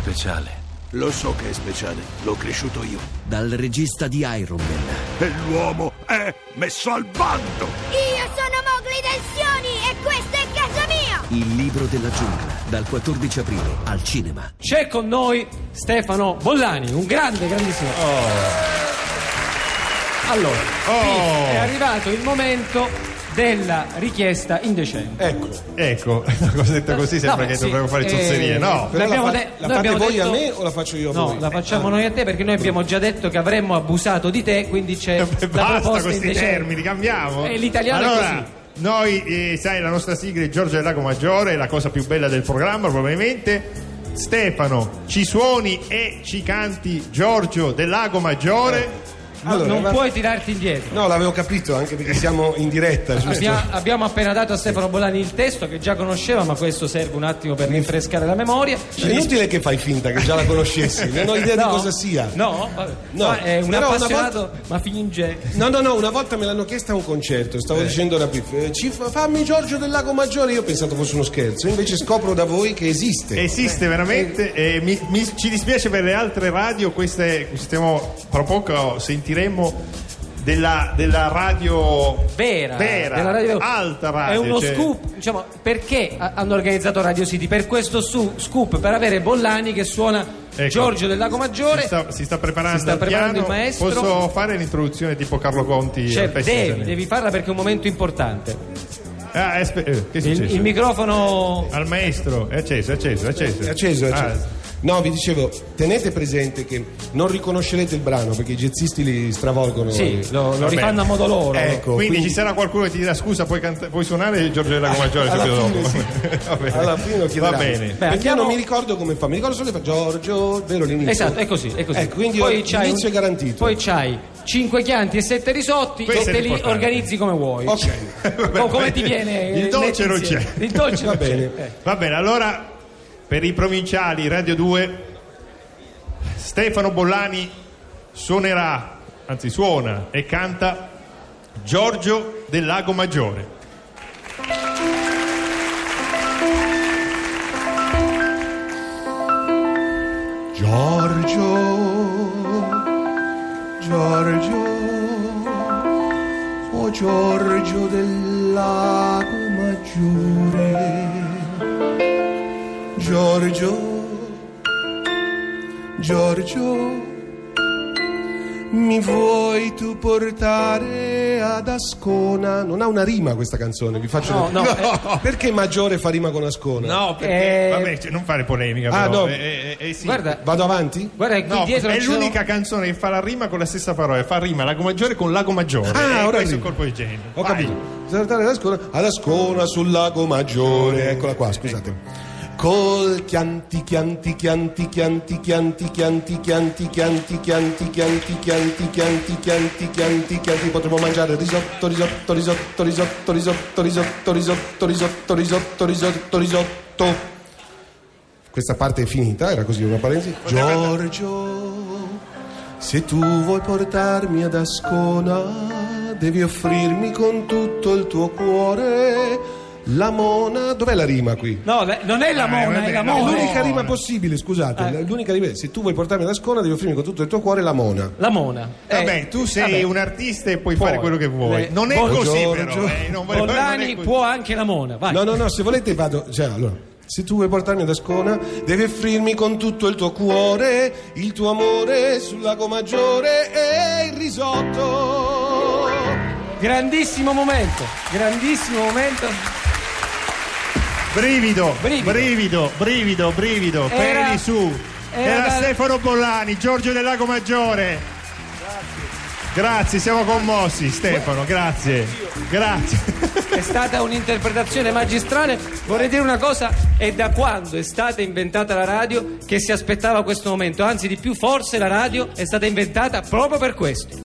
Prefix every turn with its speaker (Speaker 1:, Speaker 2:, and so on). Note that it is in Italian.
Speaker 1: speciale.
Speaker 2: Lo so che è speciale, l'ho cresciuto io.
Speaker 3: Dal regista di Iron Man,
Speaker 2: E l'uomo è messo al bando!
Speaker 4: Io sono Mowgli Tensioni e questo è casa mia!
Speaker 3: Il libro della giungla, dal 14 aprile al cinema.
Speaker 5: C'è con noi Stefano Bollani, un grande, grandissimo. Allora,
Speaker 6: Oh.
Speaker 7: Oh,
Speaker 5: Pete, è arrivato il momento della richiesta indecente.
Speaker 7: Ecco, ecco, una cosa detta così sembra
Speaker 5: No,
Speaker 7: che
Speaker 5: sì,
Speaker 7: dobbiamo fare
Speaker 5: eh,
Speaker 7: zozzerie, no?
Speaker 5: l'abbiamo
Speaker 6: la fa-
Speaker 5: de-
Speaker 6: la
Speaker 5: noi
Speaker 6: fate
Speaker 5: abbiamo
Speaker 6: voi
Speaker 5: detto-
Speaker 6: a me o la faccio io a
Speaker 5: No,
Speaker 6: voi?
Speaker 5: la facciamo noi a te perché noi abbiamo già detto che avremmo abusato di te, quindi c'è eh, la
Speaker 7: Basta
Speaker 6: Eh,
Speaker 7: con
Speaker 5: proposta
Speaker 7: questi
Speaker 5: indecente.
Speaker 7: termini, cambiamo.
Speaker 5: Eh, l'italiano è
Speaker 7: allora,
Speaker 5: così.
Speaker 7: Noi, eh, sai, la nostra sigla è Giorgio del Lago Maggiore, la cosa più bella del programma probabilmente. Stefano, ci suoni e ci canti Giorgio del Lago Maggiore.
Speaker 5: No,
Speaker 6: Allora,
Speaker 5: non
Speaker 6: va-
Speaker 5: puoi tirarti indietro.
Speaker 6: No, l'avevo capito anche perché siamo in diretta. giusto?
Speaker 5: Abbia- abbiamo appena dato a Stefano Bolani il testo che già conosceva, ma questo serve un attimo per rinfrescare la memoria.
Speaker 6: È inutile che fai finta che già la conoscessi, non Cioè, ho idea
Speaker 5: No.
Speaker 6: di cosa sia.
Speaker 5: No, vabbè.
Speaker 6: No.
Speaker 5: Ma è un
Speaker 6: Però una
Speaker 5: appassionato, ma finge.
Speaker 6: No, no, no, una volta me l'hanno chiesta a un concerto, stavo dicendo da Piff, eh, ci fa- fammi Giorgio del Lago Maggiore, io ho pensato fosse uno scherzo, invece scopro da voi che esiste.
Speaker 7: Esiste veramente e mi- mi- ci dispiace per le altre radio, queste stiamo, tra poco sentiremo della, della radio
Speaker 5: Vera, della radio-
Speaker 7: alta radio.
Speaker 5: è uno
Speaker 7: cioè-
Speaker 5: scoop diciamo, perché ha- hanno organizzato Radio City per questo su- scoop per avere Bollani che suona
Speaker 7: Ecco.
Speaker 5: Giorgio del Lago Maggiore
Speaker 7: Si sta, si sta preparando,
Speaker 5: Si sta
Speaker 7: il
Speaker 5: preparando
Speaker 7: piano.
Speaker 5: il maestro.
Speaker 7: Posso fare l'introduzione tipo Carlo Conti?
Speaker 5: Cioè,
Speaker 7: al Festival
Speaker 5: devi,
Speaker 7: Italiano?
Speaker 5: devi farla perché è un momento importante
Speaker 7: Ah, aspe- eh, che è
Speaker 5: il,
Speaker 7: successo?
Speaker 5: il microfono
Speaker 7: Al maestro, è acceso, è acceso, è acceso.
Speaker 6: È acceso, è
Speaker 7: Ah,
Speaker 6: acceso. No, vi dicevo, tenete presente che non riconoscerete il brano perché i jazzisti li stravolgono.
Speaker 5: sì, lo, lo
Speaker 7: Vabbè.
Speaker 5: rifanno a modo loro
Speaker 6: Ecco,
Speaker 7: quindi,
Speaker 6: quindi-
Speaker 7: ci sarà qualcuno che ti dirà scusa, puoi, canta- puoi suonare Giorgio della Comaggiore
Speaker 6: alla
Speaker 7: subito
Speaker 6: fine
Speaker 7: dopo.
Speaker 6: sì.
Speaker 7: Va bene.
Speaker 6: Alla fine lo
Speaker 7: Va
Speaker 6: chiederanno.
Speaker 7: bene.
Speaker 5: Beh,
Speaker 6: perché
Speaker 5: andiamo-
Speaker 6: non mi ricordo come fa, mi ricordo solo che fa Giorgio, vero l'inizio.
Speaker 5: esatto è così, è così.
Speaker 6: Ecco, quindi io-
Speaker 5: c'hai
Speaker 6: l'inizio
Speaker 5: un-
Speaker 6: è garantito.
Speaker 5: poi c'hai 5 chianti e 7 risotti
Speaker 7: Questo
Speaker 5: e
Speaker 7: è
Speaker 5: te li
Speaker 7: l'importante.
Speaker 5: organizzi come vuoi
Speaker 6: Ok,
Speaker 5: o come ti viene eh,
Speaker 7: Il dolce
Speaker 5: metti
Speaker 7: non
Speaker 5: insieme.
Speaker 7: c'è.
Speaker 5: il dolce
Speaker 6: va
Speaker 5: non c'è.
Speaker 6: bene.
Speaker 7: Va bene, allora per i provinciali Radio 2 Stefano Bollani suonerà, anzi suona e canta Giorgio del Lago Maggiore.
Speaker 6: Giorgio, Giorgio, o Giorgio del lago maggiore, Giorgio, Giorgio, mi vuoi tu portare ad Ascona? Non ha una rima questa canzone, vi faccio
Speaker 5: No, no,
Speaker 6: eh, Perché maggiore fa rima con Ascona?
Speaker 7: No,
Speaker 5: perché-
Speaker 7: Vabbè, cioè, non fare polemica.
Speaker 6: Ah,
Speaker 7: però.
Speaker 6: no.
Speaker 7: Eh, eh, eh, sì.
Speaker 5: guarda
Speaker 6: Vado avanti?
Speaker 5: guarda che qui
Speaker 7: No,
Speaker 5: dietro
Speaker 7: è
Speaker 5: ci sono-
Speaker 7: l'unica canzone che fa la rima con la stessa parola, fa rima Lago Maggiore con Lago Maggiore.
Speaker 6: Ah,
Speaker 7: Eh,
Speaker 6: ora
Speaker 7: questo è
Speaker 6: arrivo.
Speaker 7: un colpo di genio.
Speaker 6: Ho
Speaker 7: Vai.
Speaker 6: capito. Saltare ad Ascona, ad Ascona sul lago Maggiore. Eccola qua, scusate. Col chianti, chianti, chianti, chianti, chianti, chianti, chianti, chianti, chianti, chianti, chianti, chianti, chianti, chianti, chianti, potremmo mangiare risotto, risotto, risotto, risotto, risotto, risotto, risotto, risotto, risotto, risotto, risotto. Questa parte è finita, era così una parentesi. Giorgio. Se tu vuoi portarmi ad Ascona, devi offrirmi con tutto il tuo cuore la mona. Dov'è la rima qui?
Speaker 5: No, le- non è la
Speaker 7: Ah,
Speaker 5: mona,
Speaker 7: vabbè,
Speaker 5: è la
Speaker 7: no.
Speaker 6: È
Speaker 5: mona.
Speaker 6: l'unica rima possibile, scusate. L'unica rima. Se tu vuoi portarmi ad Ascona, devi offrirmi con tutto il tuo cuore la mona.
Speaker 5: La mona. Eh,
Speaker 7: Vabbè, tu sei
Speaker 5: vabbè.
Speaker 7: un artista e puoi
Speaker 5: Poi,
Speaker 7: fare quello che vuoi.
Speaker 5: le-
Speaker 7: Non è
Speaker 5: Buongiorno,
Speaker 7: così, però.
Speaker 6: Gio-
Speaker 7: eh, non voglio- non è
Speaker 5: Bollani
Speaker 7: così.
Speaker 5: può anche la mona, vai.
Speaker 6: No, no, no, se volete vado. Cioè, allora. Se tu vuoi portarmi ad Ascona, devi offrirmi con tutto il tuo cuore, il tuo amore sul lago maggiore e il risotto.
Speaker 5: Grandissimo momento, grandissimo momento.
Speaker 7: Brivido,
Speaker 5: Brivido.
Speaker 7: brivido, brivido, brivido,
Speaker 5: Era-
Speaker 7: peli su.
Speaker 5: era
Speaker 7: Era,
Speaker 5: da-
Speaker 7: Stefano Bollani, Giorgio del Lago Maggiore. Grazie, siamo commossi Stefano, grazie. Grazie.
Speaker 5: È stata un'interpretazione magistrale. Vorrei dire una cosa, è da quando è stata inventata la radio che si aspettava questo momento, anzi di più forse la radio è stata inventata proprio per questo.